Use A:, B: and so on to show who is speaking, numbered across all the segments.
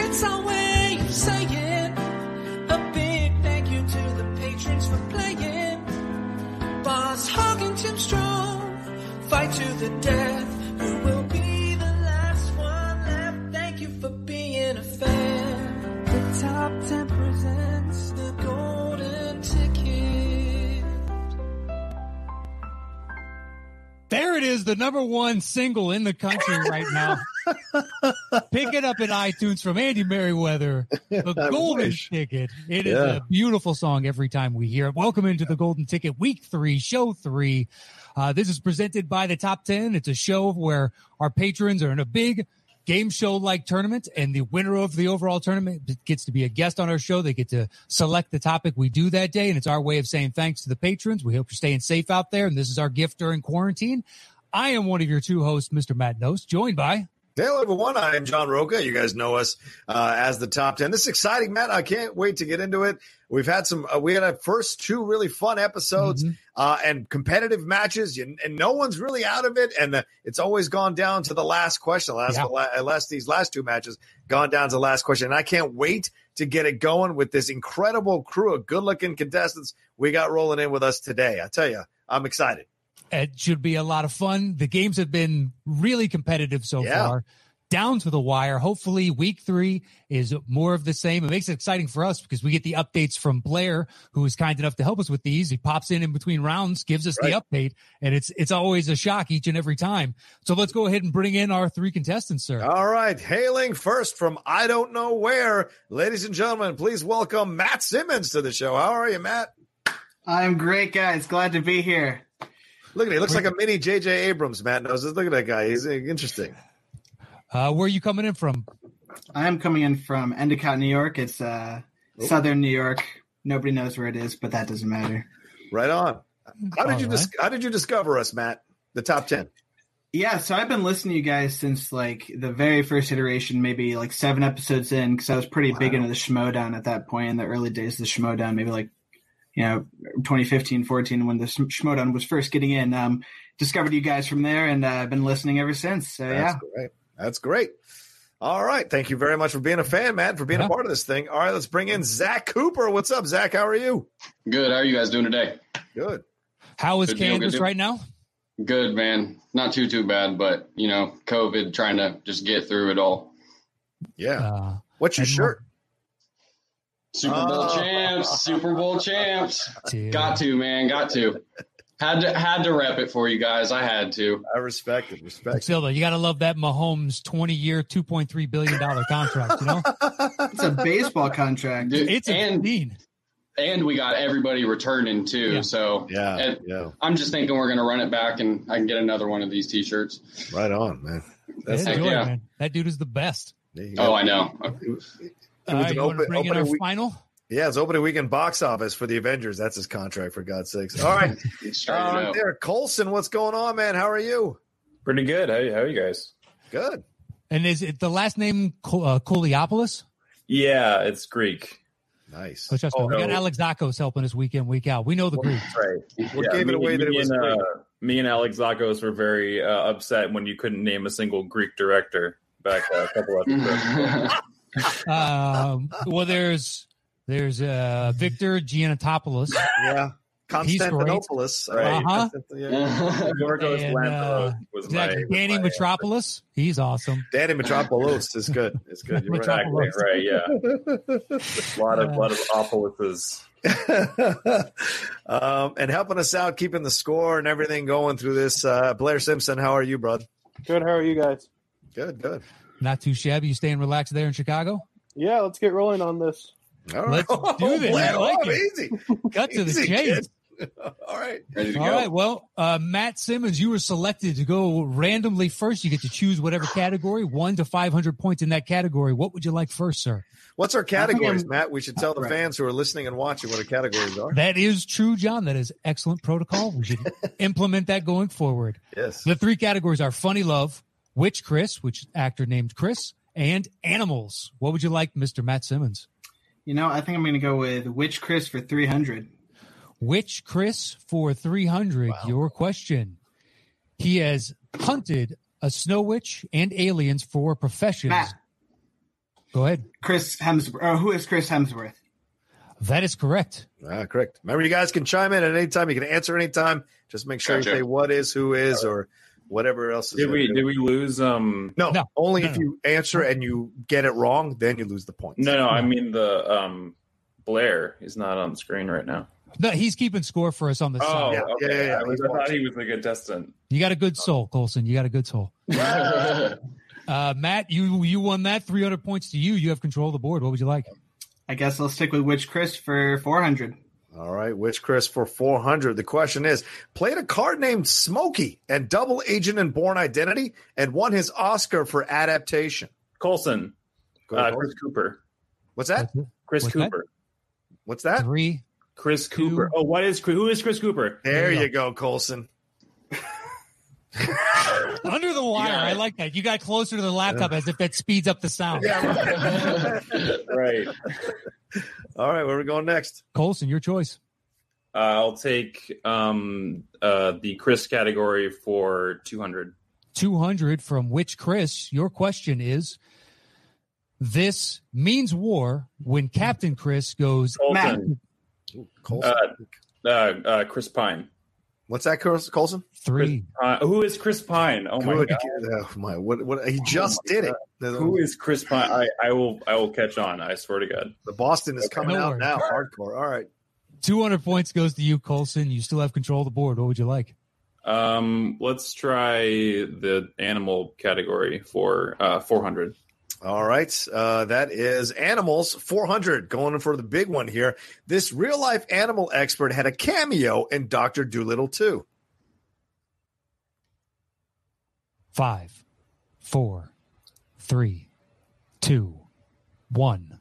A: It's our way of saying a big thank you to the patrons for playing. Boss Hogg and Tim Strong fight to the death. Who will be the last one left? Thank you for being a fan. The top ten presents the golden ticket.
B: There it is, the number one single in the country right now. Pick it up at iTunes from Andy Merriweather, The
C: I
B: Golden
C: wish.
B: Ticket. It is
C: Yeah.
B: a beautiful song every time we hear it. Welcome into The Golden Ticket, week three, show three. Uh, this is presented by the Top 10. It's a show where our patrons are in a big game show like tournament, and the winner of the overall tournament gets to be a guest on our show. They get to select the topic we do that day, and it's our way of saying thanks to the patrons. We hope you're staying safe out there, and this is our gift during quarantine. I am one of your two hosts, Mr. Matt Nost, joined by.
C: Hello, everyone. I am John Roca. You guys know us uh, as the top 10. This is exciting, Matt. I can't wait to get into it. We've had some, uh, we had our first two really fun episodes
B: Mm-hmm.
C: uh, and competitive matches, You- and no one's really out of it. And the, it's always gone down to the last question. Last,
B: Yeah.
C: la- uh, last, these last two matches gone down to the last question. And I can't wait to get it going with this incredible crew of good looking contestants we got rolling in with us today. I tell you, I'm excited.
B: It should be a lot of fun. The games have been really competitive so
C: Yeah.
B: far, down to the wire. Hopefully, week three is more of the same. It makes it exciting for us because we get the updates from Blair, who is kind enough to help us with these. He pops in in between rounds, gives us the update, and it's it's always a shock each and every time. So let's go ahead and bring in our three contestants, sir.
C: All right, hailing first from I don't know where, ladies and gentlemen, please welcome Matt Simmons to the show. How are you, Matt?
D: I'm great, guys. Glad to be here.
C: Look at it. He looks like a mini JJ Abrams. Matt knows. Look at that guy. He's uh, interesting.
B: Uh, where are you coming in from?
D: I am coming in from Endicott, New York. It's uh, southern New York. Nobody knows where it is, but that doesn't matter.
C: Right on. How did
B: All
C: you
B: right.
C: dis- How did you discover us, Matt? The top ten.
D: Yeah, so I've been listening to you guys since like the very first iteration, maybe like seven episodes in, because I was pretty big into the Schmodown at that point in the early days of the Schmodown, maybe like, you know, 2015, 14, when the Schm- Schmodown was first getting in. Um, discovered you guys from there, and uh, I've been listening ever since. So, yeah.
C: That's great. That's great. All right. Thank you very much for being a fan, Matt, for being
B: Yeah.
C: a part of this thing. All right, let's bring in Zach Cooper. What's up, Zach? How are you?
E: Good. How are you guys doing today?
C: Good.
B: How is
E: Good deal, good
B: Kansas
E: deal.
B: right now?
E: Good, man. Not too too bad, but you know, COVID, trying to just get through it all.
C: Yeah.
B: Uh,
C: What's your
B: and-
C: shirt?
E: Super Bowl
C: Oh.
E: champs. Super Bowl champs.
B: dude.
E: Got to, man. Got to. Had to had to rep it for you guys. I had to.
C: I respect it. Respect.
B: Still, though, you got to love that Mahomes 20 year, $2.3 billion contract. You know,
D: It's a baseball contract.
E: Dude,
B: it's
E: and
B: insane.
E: and we got everybody returning too.
B: Yeah.
E: So
C: Yeah.
E: And
C: Yeah.
E: I'm just thinking we're gonna run it back and I can get another one of these T-shirts.
C: Right on, man. That's
E: Yeah.
B: Enjoy,
E: heck
B: man. That dude is the best.
C: There you
E: Oh,
C: go.
E: I know.
C: It
B: All
C: was
B: right, you
C: an
B: want to
C: open-
B: bring in
C: opening
B: our
C: week-
B: final?
C: yeah, it's opening weekend box office for the Avengers. That's his contract, for God's sakes. All right,
E: Straight
C: uh,
E: up.
C: there, Colson. What's going on, man? How are you?
F: Pretty good. How, how are you guys?
C: Good.
B: And is it the last name Ko- uh, Koliopoulos?
F: Yeah, it's Greek.
C: Nice.
B: Oh, trust me,
F: Oh,
B: we got
F: no.
B: Alex Zakos helping us week in, week out. We know the Greek.
F: That's right.
C: What
F: Yeah,
C: gave it
F: me-
C: away
F: me
C: that it was
F: and,
C: Greek?
F: uh, me and Alex Zakos were very uh, upset when you couldn't name a single Greek director back uh, a couple of
B: Um, well, there's there's uh, Victor Giannatopoulos.
C: yeah,
B: he's great.
C: Constantinopolis.
F: Right.
B: Uh-huh.
C: Yeah.
F: Yorgos
B: And,
F: Lanthimos
B: uh,
F: was my,
B: Exactly.
F: was
B: Danny
F: my-
B: Metropolis. He's awesome.
C: Danny Metropolis is good. It's good. You're right.
F: Exactly
B: Metropolis.
F: right. Yeah, a lot
B: Uh,
F: of lot of Apolloses.
C: um, and helping us out, keeping the score and everything going through this. Uh, Blair Simpson, how are you, bud?
G: Good. How are you guys?
C: Good, good.
B: Not too shabby. You staying relaxed there in Chicago?
G: Yeah, let's get rolling on this.
C: All
B: Let's do this.
C: Blair,
B: I like
C: oh,
B: it.
C: easy.
B: Cut to the
C: Easy,
B: chase.
C: All right.
E: Ready to
B: All
E: go.
B: right. Well, uh, Matt Simmons, you were selected to go randomly first. You get to choose whatever category, one to 500 points in that category. What would you like first, sir?
C: What's our
D: think
C: categories,
D: I'm-
C: Matt? We should tell the
D: Right.
C: fans who are listening and watching what our categories are.
B: That is true, John. That is excellent protocol. We should implement that going forward.
C: Yes.
B: The three categories are funny love, witch Chris, which actor named Chris, and animals. What would you like, Mr. Matt Simmons?
D: You know, I think I'm going to go with Witch Chris for 300.
B: Witch Chris for 300. Your question. He has hunted a snow witch and aliens for professions.
D: Matt,
B: Go ahead.
D: Chris Hemsworth. Or who is Chris Hemsworth?
B: That is correct.
C: Ah, correct. Remember, you guys can chime in at any time. You can answer anytime. Just make sure
E: Gotcha.
C: you say what is, who is, or whatever else. Is
F: Did
C: in
F: we
C: there.
F: did we lose? Um,
C: No,
B: No.
C: only
B: No,
C: if
B: no.
C: you answer and you get it wrong, then you lose the points.
F: no, no. I mean the um, Blair is not on the screen right now.
B: No, he's keeping score for us on the
F: Oh,
B: side.
C: Yeah,
F: okay.
C: yeah, yeah, yeah.
F: I, was- I thought he was the contestant.
B: You got a good soul, Colson. You got a good soul. Uh, Matt, you you won that. 300 points to you. You have control of the board. What would you like?
D: I guess I'll stick with Witch Chris for 400.
C: All right, Witch Chris for 400. The question is played a card named Smokey and double agent in Born Identity and won his Oscar for adaptation.
F: Colson,
C: Go
F: uh,
C: ahead,
F: Chris Cooper,
C: What's that?
F: Chris
B: What's that?
F: Cooper,
C: What's that?
B: Three.
F: Chris Cooper. Oh, what is who is Chris Cooper?
C: There
B: you
C: you go, Colson.
B: Under the wire.
E: Yeah.
B: I like that. You got closer to the laptop as if that speeds up the sound.
F: Right.
C: All right, where are we going next?
B: Colson, your choice.
F: Uh, I'll take um, uh, the Chris category for 200.
B: 200 from which Chris, your question is this means war when Captain Chris goes
F: Colson,
C: Colson.
F: uh, uh, Chris Pine.
C: What's that, Chris- Colson?
B: three.
F: Uh, who is Chris Pine? Oh my
C: Good
F: god. Oh
C: God. Oh, my. What, what, he just did it. The,
F: Who is Chris Pine? I, I will I will catch on. I swear to God.
C: the Boston is coming
B: No
C: out
B: worries.
C: now, hardcore. All right.
B: 200 points goes to you, Colson. You still have control of the board. What would you like?
F: Um, let's try the animal category for uh, 400.
C: All right. Uh, that is Animals 400 going in for the big one here. This real life animal expert had a cameo in Dr. Doolittle too.
B: Five, four, three, two, one.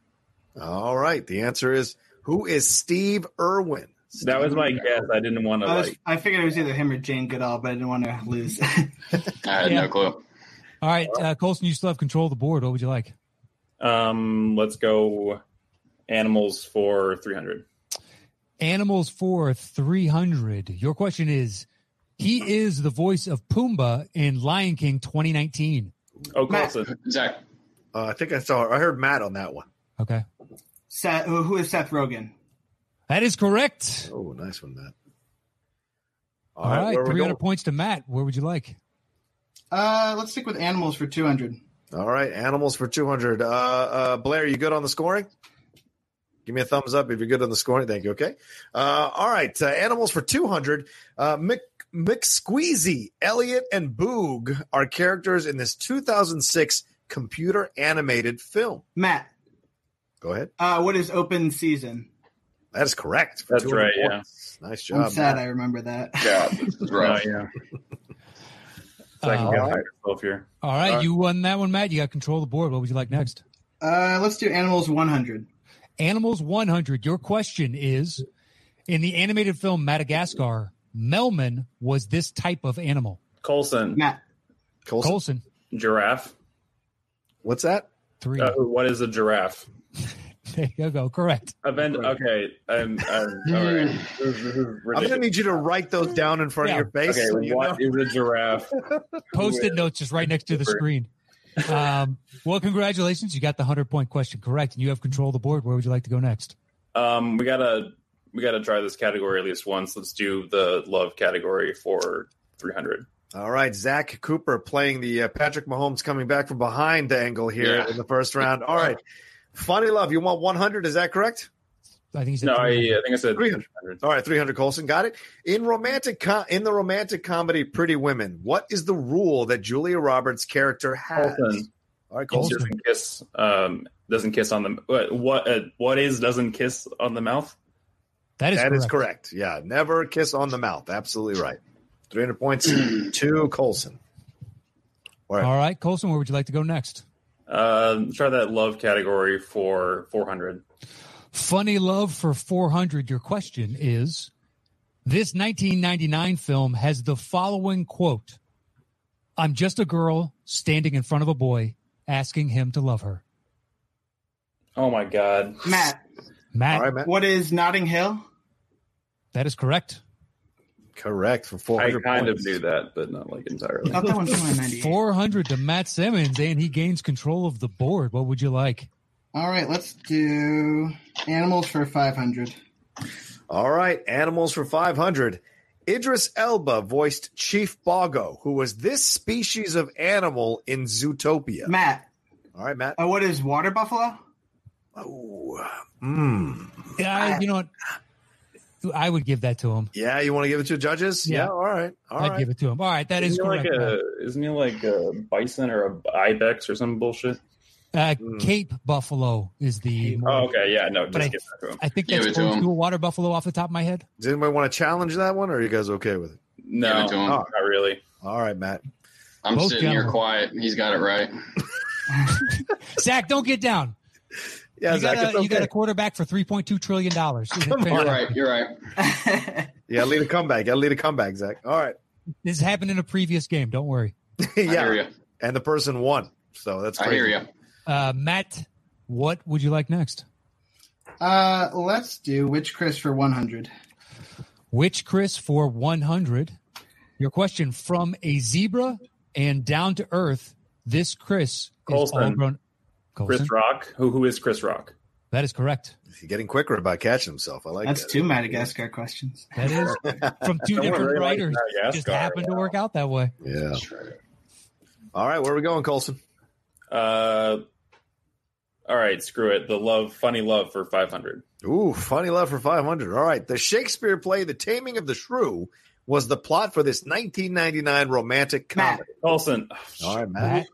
C: All right. The answer is who is Steve Irwin?
F: That was my guess. I didn't want to
D: I, was,
F: like.
D: I figured it was either him or Jane Goodall, but I didn't want to lose.
E: I had
B: Yeah.
E: no clue.
B: All right, uh, Colson, you still have control of the board. What would you like?
F: Um, let's go animals for 300.
B: Animals for 300. Your question is He is the voice of Pumbaa in Lion King 2019.
F: Oh,
D: Matt.
F: Colson.
E: Zach,
C: Uh, I think I saw, I heard Matt on that one.
B: Okay.
D: Seth, who who is Seth Rogen?
B: That is correct.
C: Oh, nice one, Matt.
B: All right,
C: where we
B: 300
C: going?
B: points to Matt. Where would you like?
D: Uh, let's stick with animals for 200.
C: All right. Animals for 200. Uh, uh, Blair, you good on the scoring? Give me a thumbs up if you're good on the scoring. Thank you. Okay. Uh, all right. Uh, animals for 200. Uh, Mick, McSqueezy, Elliot, and Boog are characters in this 2006 computer animated film.
D: Matt,
C: Go ahead.
D: uh, what is open season?
C: That is correct. for
F: That's
C: 200
F: right, yeah.
C: points. Nice
D: I'm
C: job.
D: sad
C: Matt.
D: I remember that.
E: God, this is rough.
F: Oh, yeah. So I can
B: Uh,
F: get higher myself here.
B: All right,
C: All right.
B: you won that one, Matt. You got control of the board. What would you like next?
D: Uh, let's do animals 100.
B: Animals 100. Your question is In the animated film Madagascar, Melman was this type of animal.
F: Colson,
D: Matt,
C: Colson,
B: Colson,
F: giraffe.
C: what's that?
B: three.
F: Uh, what is a giraffe?
B: there you go. Correct.
F: Event. Okay. I'm. I'm all right. This, is-
C: I'm going
F: this is
C: to
F: ridiculous.
C: need you to write those down in front
B: Yeah.
C: of your face. so
F: Okay.
C: you know.
F: What is a giraffe?
B: Post-it notes just right next to the screen. Um, well, congratulations. You got the 100-point question correct, and you have control of the board. Where would you like to go next?
F: Um, we gotta we gotta try this category at least once. Let's do the love category for 300.
C: All right, Zach Cooper playing the uh, Patrick Mahomes coming back from behind angle here
E: Yeah.
C: in the first round. All right, funny love. You want 100? Is that correct?
B: I think he said
F: No, I, uh, I
B: three.
F: think I
C: 300.
F: said 300.
C: All right, 300. Colson got it. In romantic com- in the romantic comedy Pretty Women, what is the rule that Julia Roberts' character has?
F: Colson.
C: All right,
F: He
C: Colson.
F: doesn't kiss. Um, doesn't kiss on the what? What, uh, what is doesn't kiss on the mouth?
B: That is
C: That
B: correct.
C: is correct. Yeah, never kiss on the mouth. Absolutely right. 300 points to Colson. All right.
B: All right, Colson, where would you like to go next?
F: Um, try that love category for 400.
B: Funny Love for 400. Your question is This 1999 film has the following quote I'm just a girl standing in front of a boy asking him to love her.
F: Oh my god.
D: Matt,
B: Matt,
C: All right, Matt.
D: what is Notting Hill?
B: that is correct.
C: Correct for
F: I
C: 400
F: kind
C: points.
F: of knew that, but not like entirely.
D: Not that one from 98.
B: 400 to Matt Simmons, and he gains control of the board. What would you like?
D: All right, let's do animals for 500.
C: All right, Animals for 500. Idris Elba voiced Chief Bogo, who was this species of animal in Zootopia.
D: Matt,
C: All right, Matt.
D: uh, what is water buffalo?
C: Oh, mm.
B: Yeah, I- you know what? I would give that to him.
C: Yeah, you want to give it to judges?
B: Yeah.
C: Yeah, all right. all
B: I'd
C: right.
B: give it to him. All right, that is
F: isn't he
B: correct.
F: like
C: uh,
F: a Uh, isn't he like a bison or a ibex or some bullshit?
B: uh,
C: Mm.
B: Cape Buffalo is the.
F: Oh, okay, yeah, no,
B: Mm-hmm. But I-
F: just give that to him.
B: I think
E: Give
B: that's
E: it to
B: close
E: him.
B: to a water buffalo off the top of my head.
C: Does anybody want to challenge that one, or are you guys okay with it?
F: No,
E: Give it to him.
F: not really.
C: All right, Matt.
E: I'm
B: Both
E: sitting
B: gentlemen.
E: here quiet. He's got it right.
B: Zach, don't get down.
C: Yeah,
B: you,
C: Zach,
B: got a,
C: it's okay.
B: you got a quarterback for three point two trillion dollars.
E: You're right. You're right.
C: Yeah, lead a comeback. Yeah, lead a comeback, Zach. All right.
B: This happened in a previous game. Don't worry.
E: I hear
C: yeah,
E: you.
C: and the person won, so that's
E: I
C: crazy.
E: hear you.
B: Uh, Matt, what would you like next?
D: uh, let's do Witch Chris for 100.
B: Which Chris for one hundred? Your question from a zebra and down to earth. This Chris is all
F: Colson.
B: grown.
F: Chris
B: Colson?
F: Rock. Who who is Chris Rock?
B: That is correct.
C: He's getting quicker about catching himself. I like
D: That's
C: that.
D: two Madagascar questions.
B: That is from two
F: Someone
B: different
F: really likes
B: writers. Just
F: Madagascar.
B: happened to work out that way.
C: Yeah.
E: That's right.
C: All right, where are we going, Colson?
F: Uh, all right, screw it. The love, funny love for five hundred.
C: Ooh, funny love for 500. All right. The Shakespeare play The Taming of the Shrew was the plot for this 1999 romantic
D: Matt.
C: comedy.
F: Olsen.
C: All right, Matt.
B: Matt,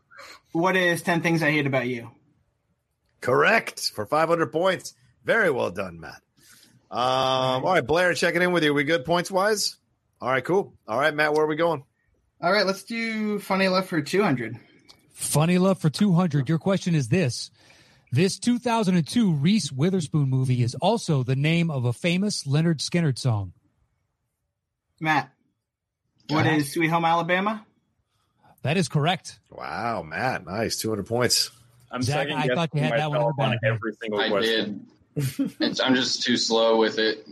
D: What is 10 Things I Hate About You?
C: Correct for 500 points. Very well done, Matt. Um, all right, Blair, checking in with you. We good points wise? All right, cool. All right, Matt, where are we going?
D: All right, let's do Funny Love for 200.
B: Funny Love for 200. Your question is this. This 2002 Reese Witherspoon movie is also the name of a famous Leonard Skinner song.
D: Matt, what
E: Yeah.
D: is Sweet Home Alabama?
B: That is correct.
C: Wow, Matt, nice, 200 points.
F: I'm
B: Zach,
F: second
B: I thought you
F: guessing
B: had that one in the
F: myself on
B: bag.
F: every single
E: I
F: question.
E: did. It's, I'm just too slow with it.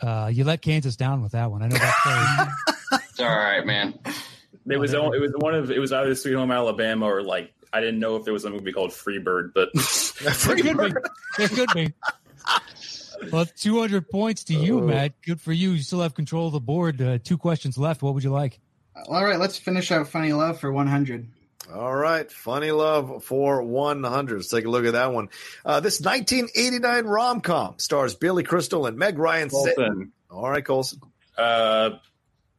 B: Uh, you let Kansas down with that one. I know that's crazy.
E: It's all right, man.
F: It was only, it was one of it was either Sweet Home Alabama or like I didn't know if there was a movie called Free Bird, but
B: there could be. There could be. Well, 200 points to you,
C: Oh.
B: Matt. Good for you. You still have control of the board. Uh, two questions left. What would you like?
D: All right, let's finish out Funny Love for 100.
C: All right, funny love for 100. Let's take a look at that one. Uh, this 1989 rom com stars Billy Crystal and Meg Ryan. Sa-
F: Olsen.
C: All right, Colson,
F: Uh,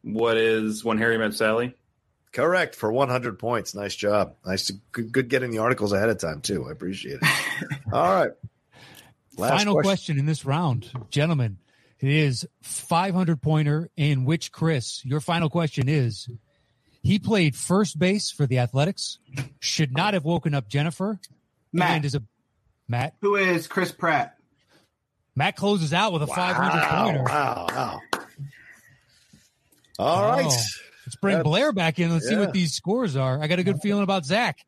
F: what is when Harry met Sally?
C: correct for 100 points. Nice job. Nice, to, good, good getting the articles ahead of time too. I appreciate it. All right, Last
B: Final question. in this round, gentlemen. It is 500 pointer in which Chris, your final question is he played first base for the Athletics, should not have woken up Jennifer, and
D: Matt,
B: is a Matt.
D: who is Chris Pratt?
B: Matt closes out with a 500 pointer.
C: Wow, wow. All
B: Wow.
C: right.
B: Let's bring
C: That's-
B: Blair back in. Let's see
C: yeah.
B: what these scores are. I got a good feeling about Zach.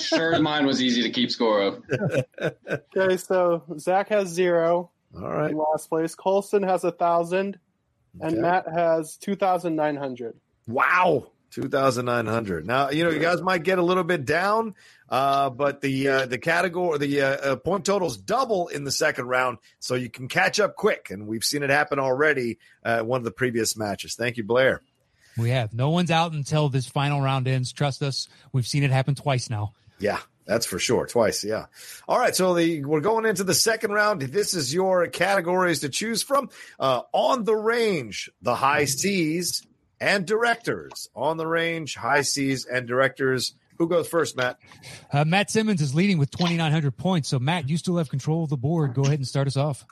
E: Sure, mine was easy to keep score of.
G: Okay, so Zach has zero
B: Oh.
C: All right.
G: in last place. Colson has a thousand, and
C: Okay.
G: Matt has two thousand nine hundred.
C: Wow. 2900. Now, you know, you guys might get a little bit down, uh, but the uh, the category the uh, uh, point totals double in the second round, so you can catch up quick and we've seen it happen already uh, one of the previous matches. Thank you, Blair.
B: We have no one's out until this final round ends. Trust us, we've seen it happen twice now.
C: Yeah, that's for sure. Twice, yeah. All right, so the, we're going into the second round. This is your categories to choose from. Uh, on the range, the high seas and directors. On the range, high seas and directors. Who goes first, Matt?
B: Uh, Matt Simmons is leading with 2,900 points. So, Matt, you still have control of the board. Go ahead and start us off.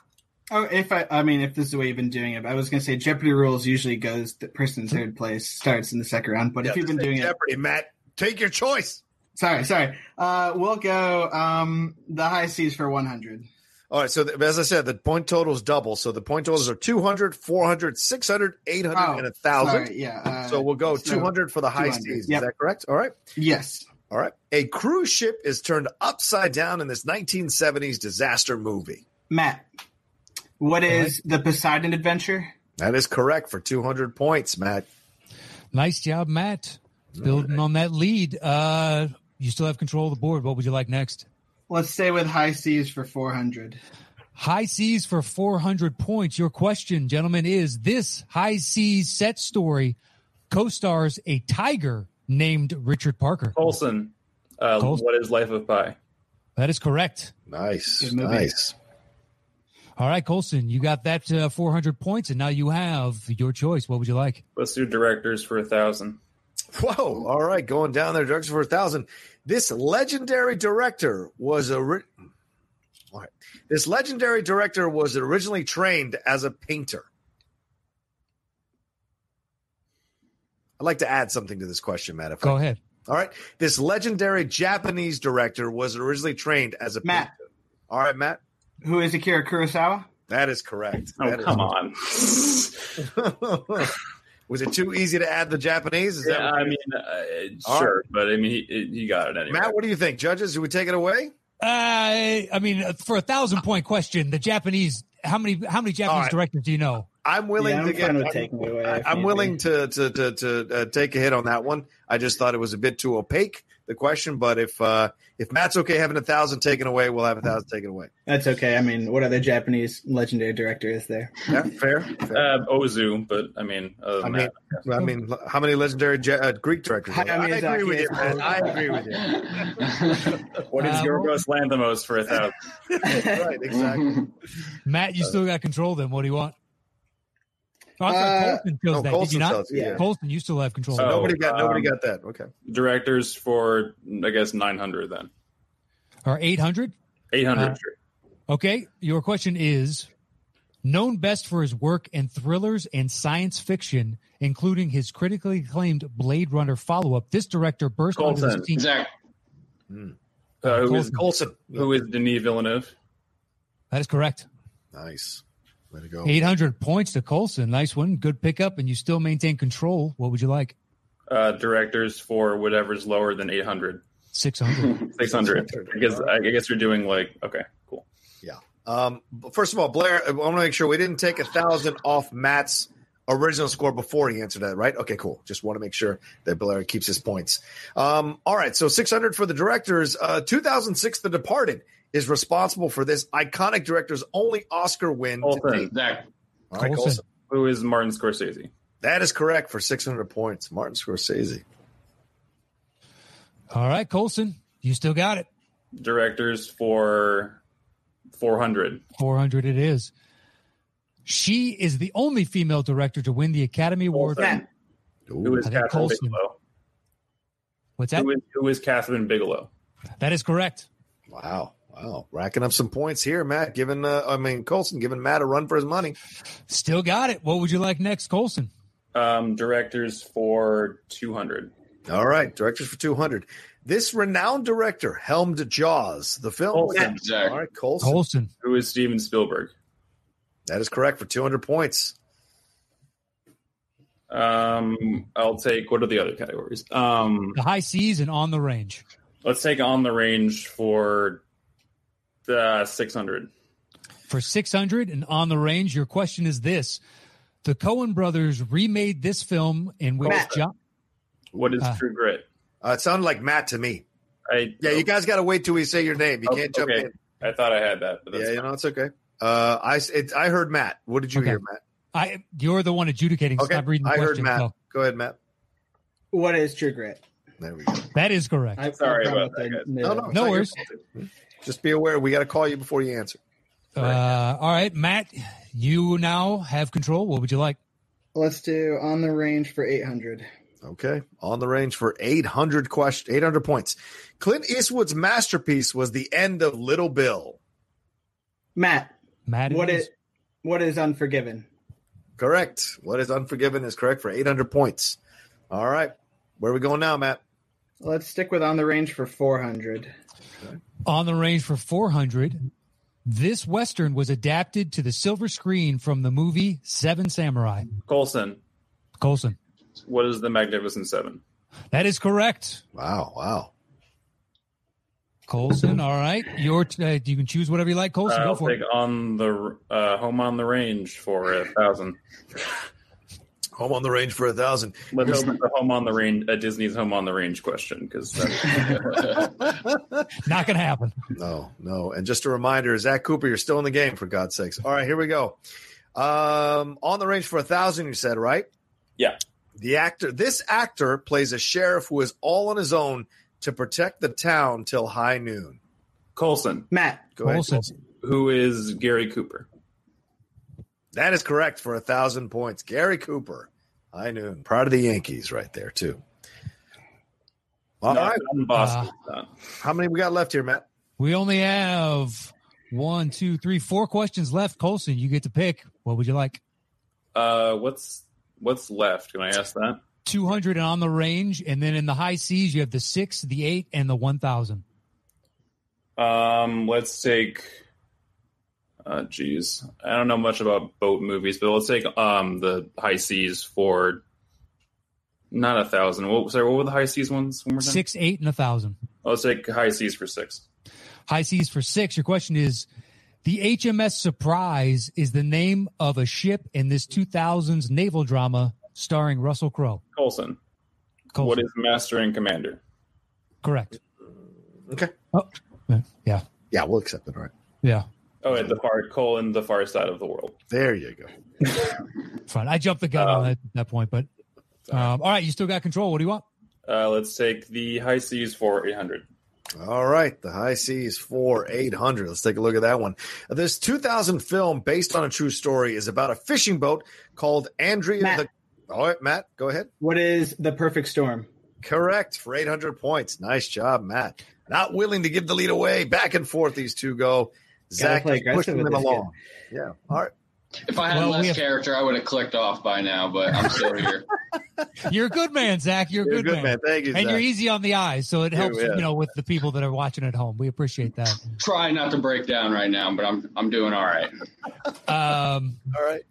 D: Oh, if I, I mean, if this is the way you've been doing it, but I was going to say Jeopardy rules usually goes the person in third place starts in the second round. But if you've been doing it,
C: Jeopardy, Matt. Take your choice.
D: sorry, sorry, uh, we'll go um, the high seas for 100.
C: All right, so the, as I said, the point totals double. So the point totals are 200, 400, 600, 800,
D: Oh,
C: and 1,000.
D: Sorry, yeah. Uh,
C: So we'll go
D: so
C: 200 for the high
D: 200,
C: seas.
D: yep.
C: Is that correct? All right.
D: yes.
C: All right. A cruise ship is turned upside down in this 1970s disaster movie.
D: Matt, what is the Poseidon Adventure?
C: That is correct for 200 points, Matt.
B: Nice job, Matt. Building on that lead. Uh, You still have control of the board. What would you like next?
D: Let's stay with high seas for 400.
B: High seas for 400 points. Your question, gentlemen, is this high seas set story co stars a tiger named Richard Parker?
F: Colson, uh,
B: Colson.
F: what is Life of Pi?
B: That is correct.
C: Nice,
D: Good movie.
C: nice.
B: All right, Colson, you got that uh, 400 points, and now you have your choice. What would you like?
F: Let's do directors for a thousand.
C: Whoa! All right, going down there, director for a thousand. This legendary director was a. Ri- all right. This legendary director was originally trained as a painter. I'd like to add something to this question, Matt. If I-
B: Go ahead.
C: All right. This legendary Japanese director was originally trained as a
D: Matt.
C: painter. All right, Matt.
D: Who is Akira Kurosawa?
C: That is correct.
F: Oh,
C: That is-
F: come on.
C: was it too easy to add the Japanese? Is that
F: Yeah,
C: what
F: I
C: you-
F: mean, uh,
C: All
F: sure, but I mean, he, he got it anyway.
C: Matt, what do you think? Judges, who would take it away?
B: Uh, I mean, uh, for a thousand point question, the Japanese, how many, how many Japanese
C: right.
B: directors do you know?
C: I'm willing
D: Yeah, I'm
C: to get.
D: fine with
C: I'm-
D: taking it away
C: I-
D: if
C: I'm
D: need
C: willing
D: be.
C: to to to, to uh, take a hit on that one. I just thought it was a bit too opaque the question, but if uh, if Matt's okay having a thousand taken away, we'll have a thousand taken away.
D: That's okay. I mean, what other Japanese legendary director is there?
C: Yeah, fair. fair.
F: Uh, Ozu, but I mean, other
C: I
F: than
C: mean,
F: that,
C: I mean, how many legendary Ja- uh, Greek directors? are
D: I-
C: there?
D: I
C: I,
D: mean,
C: agree with you,
D: Zacchaeus.
C: man. I agree with you.
F: what is
B: Uh,
F: Yorgos Lanthimos for a thousand?
C: Right, exactly.
B: Matt, you still got control then. What do you want? Oh, I'm sorry,
D: Uh,
B: Colson chose that.
C: No,
B: Did you
C: Colson
B: not?
C: tells you,
D: Yeah.
C: yeah.
B: Colson, you still have control.
F: So-
C: Nobody got nobody
F: Um,
C: got that. Okay.
F: Directors for, I guess, 900 then.
B: or 800?
F: 800.
B: Uh, Okay, your question is known best for his work in thrillers and science fiction, including his critically acclaimed Blade Runner follow up. This director burst onto the
F: Colson.
B: scene.
E: Zach,
F: uh, who, is,
B: Colson.
C: Olson.
F: who is Denis Villeneuve?
B: That is correct.
C: Nice. Way to go.
B: 800 points to Colson. Nice one. Good pickup, and you still maintain control. What would you like?
F: Uh, directors for whatever's lower than 800.
B: 600.
F: 600. I guess, I guess you're doing like, okay, cool.
C: Um, but first of all, Blair, I want to make sure we didn't take a thousand off Matt's original score before he answered that, right? Okay, cool. Just want to make sure that Blair keeps his points. Um, all right, so 600 for the directors. Uh, 2006, The Departed is responsible for this iconic director's only Oscar win. to
F: Colson.
C: date.
E: Zach,
C: All right,
B: Colson.
C: Colson.
F: Who is Martin Scorsese?
C: That is correct for 600 points. Martin Scorsese.
B: All right, Colson, you still got it.
F: Directors for 400.
B: 400 it is. She is the only female director to win the Academy Award.
F: Colson.
D: Matt.
F: Who is
B: I think
F: Catherine
B: Colson.
F: Bigelow?
B: What's that?
F: Who is, who is Catherine Bigelow?
B: That is correct.
C: Wow. Wow. Racking up some points here, Matt. Giving, uh, I mean, Colson giving Matt a run for his money.
B: Still got it. What would you like next, Colson?
F: Um, directors for 200.
C: All right, directors for 200. This renowned director helmed Jaws, the film.
F: Colson.
E: Zach.
C: All right, Colson.
B: Colson.
F: Who is Steven Spielberg?
C: That is correct for 200 points.
F: Um, I'll take what are the other categories? Um,
B: The high seas and on the range.
F: let's take on the range for uh, 600.
B: For 600 and on the range, your question is this. The Cohen brothers remade this film in which
D: Matt.
B: John.
F: What is
B: Uh,
F: True Grit?
C: Uh, it sounded like Matt to me.
F: I
C: Yeah, you guys got to wait till we say your name. You
F: Okay,
C: can't jump
F: okay.
C: in.
F: I thought I had that, but that's
C: Yeah, you know, it's okay. Uh, I, s- it, I heard Matt. What did you
B: Okay.
C: hear, Matt?
B: I, you're the one adjudicating.
C: Okay,
B: Stop reading the
C: I heard
B: question. Oh,
C: Matt.
B: No.
C: Go ahead, Matt.
D: What is True Grit?
C: There we go.
B: that is correct.
D: I,
F: Sorry
D: I
F: about
D: I
F: that, guys.
D: knew
C: No,
D: it.
C: no, it's
B: No
C: not your
B: worries.
C: fault. Just be aware, we got to call you before you answer.
B: uh, all right, Matt, you now have control. What would you like?
D: Let's do on the range for 800.
C: Okay, on the range for 800 question, 800 points. Clint Eastwood's masterpiece was the end of Little Bill.
D: Matt,
B: Matt,
D: what
B: is-
D: is what is Unforgiven?
C: Correct. What is Unforgiven is correct for 800 points. All right, where are we going now, Matt?
D: Let's stick with on the range for 400.
B: on the range for 400. This Western was adapted to the silver screen from the movie Seven Samurai.
F: Colson.
B: Colson.
F: What is the Magnificent Seven?
B: That is correct.
C: Wow, wow.
B: Colson, all right. Your uh, you can choose whatever you like. Colson, go
F: I'll
B: for
F: take
B: it.
F: on the uh, home on the range for a thousand.
C: Home on the range for a thousand.
F: Let's open the home on the range, a Disney's home on the range question because
B: Not going to happen.
C: No, no. And just a reminder, Zach Cooper, you're still in the game for God's sakes. All right, here we go. Um, on the range for a thousand, you said, right?
F: Yeah.
C: The actor this actor plays a sheriff who is all on his own to protect the town till high noon.
F: Colson,
D: Matt,
C: Go ahead.
B: Olson.
F: who is Gary Cooper.
C: That is correct for a thousand points. Gary Cooper. High noon. Proud of the Yankees right there, too. All
F: No,
C: right.
F: not in Boston. not.
C: How many we got left here, Matt?
B: We only have one, two, three, four questions left. Colson, you get to pick. What would you like?
F: Uh, what's what's left? Can I ask that?
B: 200 and on the range. And then in the high seas, you have the six, the eight, and the 1,000.
F: Um, let's take. Uh, geez, I don't know much about boat movies, but let's take um the high seas for not a thousand. What, sorry, what were the high seas ones? One more time.
B: Six, eight, and a 1,000.
F: Let's take high seas for six.
B: High seas for six. Your question is The HMS Surprise is the name of a ship in this 2000s naval drama starring Russell Crowe.
F: Colson,
B: Colson.
F: what is master and commander?
B: Correct.
C: Okay.
B: Oh, yeah.
C: Yeah, we'll accept it. All right.
B: Yeah.
F: Oh, at the far colon, the far side of the world.
C: There you go.
B: Fine. I jumped the gun
F: Um,
B: on that, that point, but um, all right. You still got control. What do you want?
F: Uh, let's take the high seas for eight hundred.
C: All right, the high seas for 800. Let's take a look at that one. This 2000 film based on a true story is about a fishing boat called Andrea
D: Matt.
C: the All right, Matt, go ahead.
D: what is the perfect storm?
C: Correct for 800 points. Nice job, Matt. Not willing to give the lead away. Back and forth these two go. Zach
D: play
C: is pushing
D: aggressive with
C: them
D: this
C: along. Yeah. All right.
E: If I had
B: Well, we
E: less
B: have-
E: character, I would have clicked off by now, but I'm still here.
B: You're a good man, Zach. You're a
C: You're
B: good, man.
C: Thank you,
B: And
C: Zach.
B: you're easy on the eyes, so it
C: Yeah,
B: helps,
C: yeah.
B: you know, with the people that are watching at home. We appreciate that.
E: Try not to break down right now, but I'm I'm doing all right.
B: Um,
C: All right.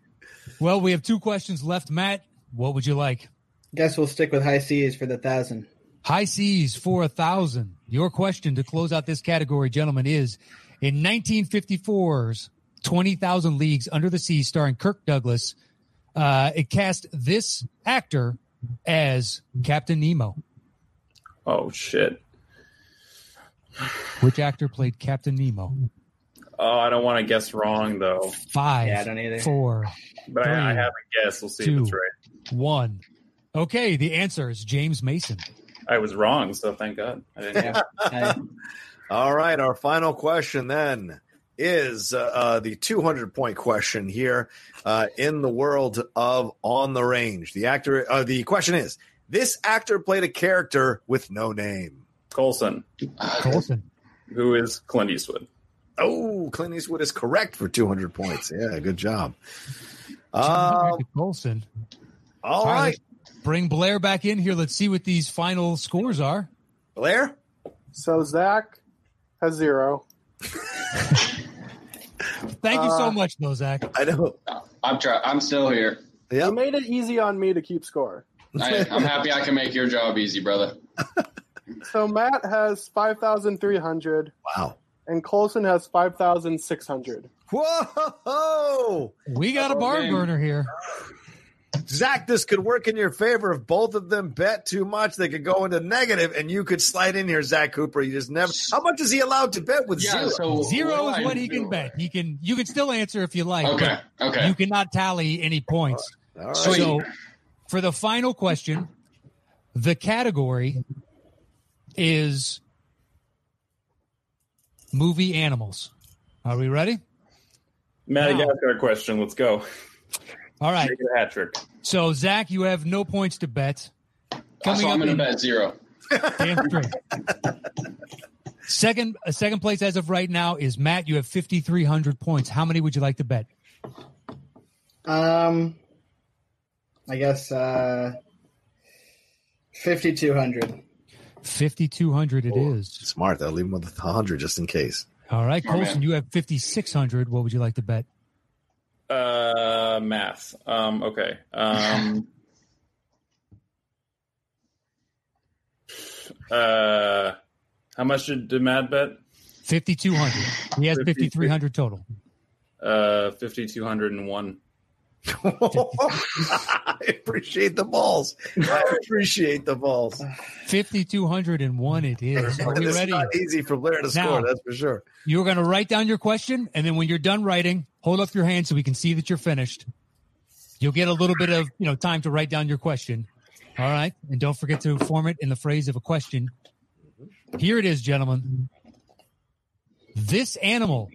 B: well, we have two questions left, Matt. What would you like?
D: Guess we'll stick with high seas for the thousand.
B: High seas for a thousand. Your question to close out this category, gentlemen, is in 1954's 20,000 Leagues Under the Sea, starring Kirk Douglas, uh, it cast this actor as Captain Nemo.
F: Oh shit!
B: Which actor played Captain Nemo?
F: Oh, I don't want to guess wrong though,
B: Five,
D: Yeah, I don't either.
B: four,
F: but I, I
B: Three,
F: have a guess. We'll see if it's
B: two.
F: right.
B: one. Okay, the answer is James Mason.
F: I was wrong, so thank God. I didn't
D: Yeah. I-
C: All right, our final question then is uh, uh, the 200 point question here uh, in the world of On the Range. The actor, uh, the question is: This actor played a character with no name.
F: Colson,
B: Colson.
F: who is Clint Eastwood?
C: Oh, Clint Eastwood is correct for 200 points. Yeah, good job.
D: Uh,
C: Um,
B: Colson.
C: all right,
B: Bring Blair back in here. Let's see what these final scores are.
C: Blair.
G: So Zach has zero.
B: Thank you so
G: Uh,
B: much, though, Zach.
C: I know.
E: I'm try. I'm still here.
G: You
C: Yeah,
G: made it easy on me to keep score.
E: I, I'm happy I can make your job easy, brother.
G: So Matt has 5,300
C: wow.
G: and Colson has 5,600.
C: Whoa!
B: We got a
E: Oh,
B: barn
E: man.
B: burner here.
C: Zach, this could work in your favor if both of them bet too much. They could go into negative, and you could slide in here, Zach Cooper. You just never. How much is he allowed to bet with zero?
E: so
B: Zero
E: do
B: is
E: I
B: what he
E: do?
B: can bet. He can. You can still answer if you like.
E: Okay.
B: but
E: Okay.
B: You cannot tally any points.
C: All right.
E: Sweet.
B: So, for the final question, the category is movie animals. Are we ready?
F: Madagascar
B: Oh.
F: question. Let's go.
B: All right.
F: Make it a hat trick.
B: So, Zach, you have no points to bet.
E: so I'm
B: up
E: gonna
B: in-
E: bet zero.
B: Damn straight. second, uh, second place as of right now is Matt. You have fifty three hundred points. How many would you like to bet?
D: um, I guess uh, fifty-two hundred.
B: Fifty two hundred. It is.
C: Smart. I'll leave him with a hundred just in case.
B: All right,
E: Oh, man.
B: Colson. You have fifty six hundred. What would you like to bet?
F: Uh, math. Um, okay. Um, uh, how much did, did Mad bet?
B: Fifty two hundred. He has fifty three hundred total.
F: Uh, fifty two hundred and one.
C: I appreciate the balls. I appreciate the balls.
B: 5,201 it is. Are we
C: It's
B: ready?
C: not easy for Blair to
B: Now.
C: score, that's for sure.
B: You're going to write down your question, and then when you're done writing, hold up your hand so we can see that you're finished. You'll get a little bit of you know time to write down your question. All right, and don't forget to form it in the phrase of a question. Here it is, gentlemen. This animal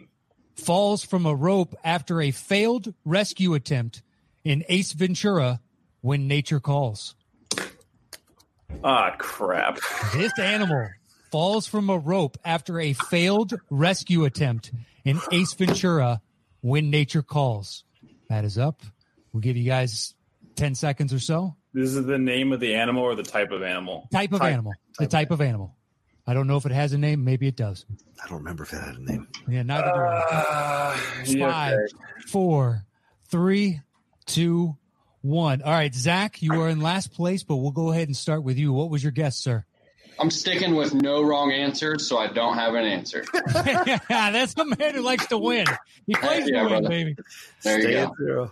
B: falls from a rope after a failed rescue attempt in Ace Ventura when nature calls.
F: Ah, crap.
B: This animal falls from a rope after a failed rescue attempt in Ace Ventura when nature calls. That is up. We'll give you guys 10 seconds or so.
F: This is the name of the animal or the type of animal.
B: Type of
C: Type-
B: animal. the type of animal. I don't know if it has a name. Maybe it does.
C: I don't remember if it had a name.
B: Yeah, neither do I.
C: Ah,
F: Uh,
B: Five, four, three, two, one. All right, Zach, you are in last place, but we'll go ahead and start with you. What was your guess, sir?
E: I'm sticking with no wrong answers, so I don't have an answer.
B: That's a man who likes to win. He plays
E: Yeah,
B: to win,
E: brother.
B: baby.
E: There you
C: Stay
E: go.
C: at zero.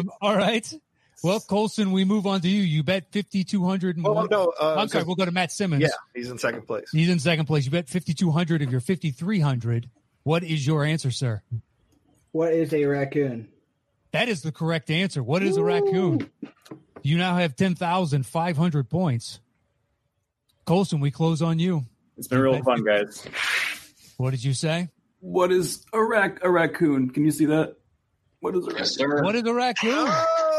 B: um, all right. Well, Colson, we move on to you. You bet fifty two hundred.
C: Oh, no, uh,
B: I'm sorry.
C: because-
B: We'll go to Matt Simmons.
C: yeah, he's in second place.
B: He's in second place. You bet fifty two hundred of your fifty three hundred. What is your answer, sir?
D: What is a raccoon?
B: That is the correct answer. What is a raccoon? You now have ten thousand five hundred points. Colson, we close on you.
F: It's been real fun, guys.
B: What did you say?
F: What is a rac a raccoon? Can you see that? What is a
E: Yes,
F: raccoon?
E: sir.
B: What is a raccoon?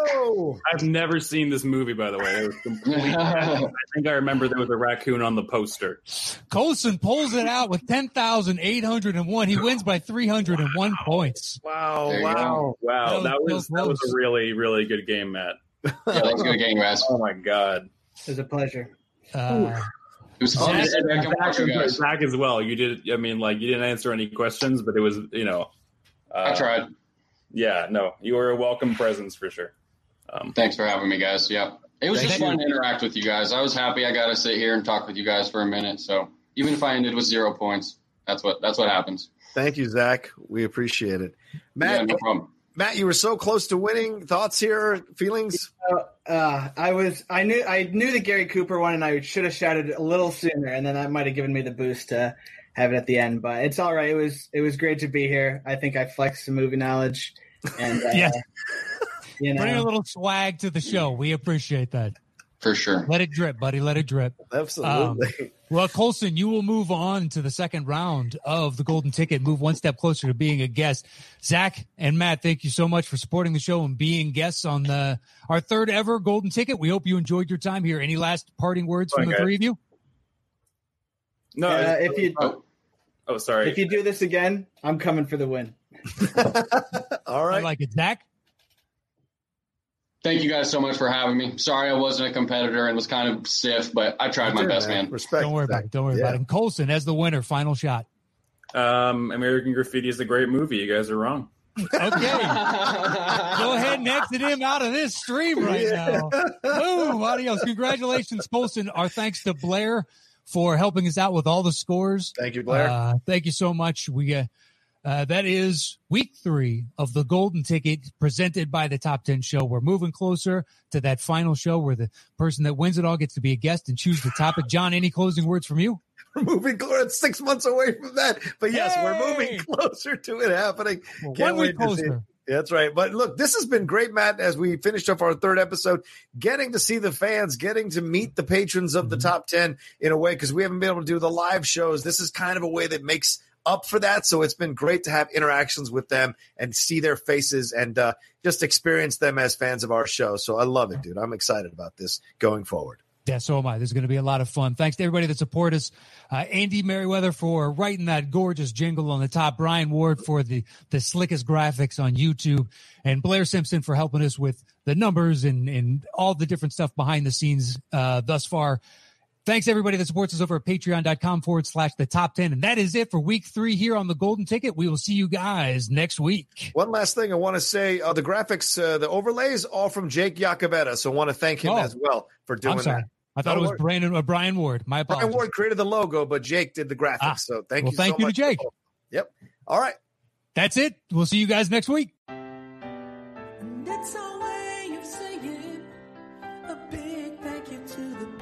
C: Oh,
F: I've never seen this movie, by the way. It was complete- I think I remember there was a raccoon on the poster.
B: Colson pulls it out with ten thousand eight hundred and one. He wins by three hundred and one points.
C: wow,
E: There you
C: wow.
F: Wow, that
B: That was
F: was that was
B: close.
F: a really really good game, Matt.
E: Yeah, that was a good game, guys. It
F: Oh my god,
D: It was a pleasure.
B: Uh,
E: was fun to
B: Zach-
E: sit back and watch you guys.
F: Zach as well. You did. I mean, like you didn't answer any questions, but it was you know. Uh,
E: I tried.
F: Yeah, no, you were a welcome presence for sure. Um,
E: Thanks for having me, guys. Yeah, it was
B: Thank
E: just
B: you.
E: fun to interact with you guys. I was happy I got to sit here and talk with you guys for a minute. So even if I ended with zero points, that's what that's what happens.
C: Thank you, Zach. We appreciate it.
E: yeah,
C: Matt,
E: no problem.
C: Matt, you were so close to winning. Thoughts here, feelings?
D: Uh, I was I knew I knew the Gary Cooper one, and I should have shouted a little sooner, and then that might have given me the boost to have it at the end. But it's all right. It was it was great to be here. I think I flexed some movie knowledge, and uh,
B: Yeah.
D: you
B: Bring a
D: know,
B: little swag to the show. We appreciate that.
E: For sure.
B: Let it drip, buddy. Let it drip.
C: Absolutely.
B: Well, Colson, you will move on to the second round of the Golden Ticket. Move one step closer to being a guest. Zach and Matt, thank you so much for supporting the show and being guests on the our third ever Golden Ticket. We hope you enjoyed your time here. Any last parting words from
F: Bye,
B: the
F: guys.
B: three of you?
F: no,
D: uh,
F: it's-
D: if you
E: Oh,
F: oh sorry.
D: if you do this again, I'm coming for the win.
B: I
C: All right.
B: Um, like it, Zach.
E: thank you guys so much for having me. Sorry I wasn't a competitor and was kind of stiff, but I tried my
C: Sure,
E: best, man.
C: Respect.
B: don't worry about it. Don't worry about
C: Yeah.
B: it. And Colson as the winner, final shot.
F: um, American Graffiti is a great movie. You guys are wrong.
B: Okay. Go ahead and exit him out of this stream right now. Boom. Adios. Congratulations, Colson. Our thanks to Blair for helping us out with all the scores.
C: Thank you, Blair.
B: Uh, thank you so much. We uh, uh, that is week three of the Golden Ticket presented by the Top Ten Show. We're moving closer to that final show where the person that wins it all gets to be a guest and choose the topic. John, any closing words from you?
C: we're moving closer. It's six months away from that. But yes, we're
B: Yay!
C: moving closer to it happening.
B: Well,
C: Can't
B: one week
C: wait to see it.
B: closer.
C: That's right. But look, this has been great, Matt, as we finished up our third episode, getting to see the fans, getting to meet the patrons of the
B: Mm-hmm.
C: top 10 in a way, because we haven't been able to do the live shows. This is kind of a way that makes up for that. So it's been great to have interactions with them and see their faces and uh, just experience them as fans of our show. So I love it, dude. I'm excited about this going forward.
B: Yeah, so am I. This is going to be a lot of fun. Thanks to everybody that support us. Uh, Andy Merriweather for writing that gorgeous jingle on the top. Brian Ward for the the slickest graphics on YouTube, and Blair Simpson for helping us with the numbers and and all the different stuff behind the scenes uh, thus far. Thanks everybody that supports us over at patreon.com forward slash the top 10. And that is it for week three here on the Golden Ticket. We will see you guys next week.
C: One last thing I want to say uh, the graphics, uh, the overlays, all from Jake Yakavetta. So I want to thank him
B: Oh.
C: as well for doing
B: I'm sorry.
C: that.
B: I thought
C: Don't
B: it was
C: worry.
B: Brandon, uh, Brian Ward. My apologies.
C: Brian Ward created the logo, but Jake did the graphics.
B: Ah.
C: so thank
B: Well,
C: you.
B: thank
C: so
B: you to
C: much.
B: Jake.
C: Yep. All right.
B: That's it. We'll see you guys next week.
A: And It's our way of saying a big thank you to the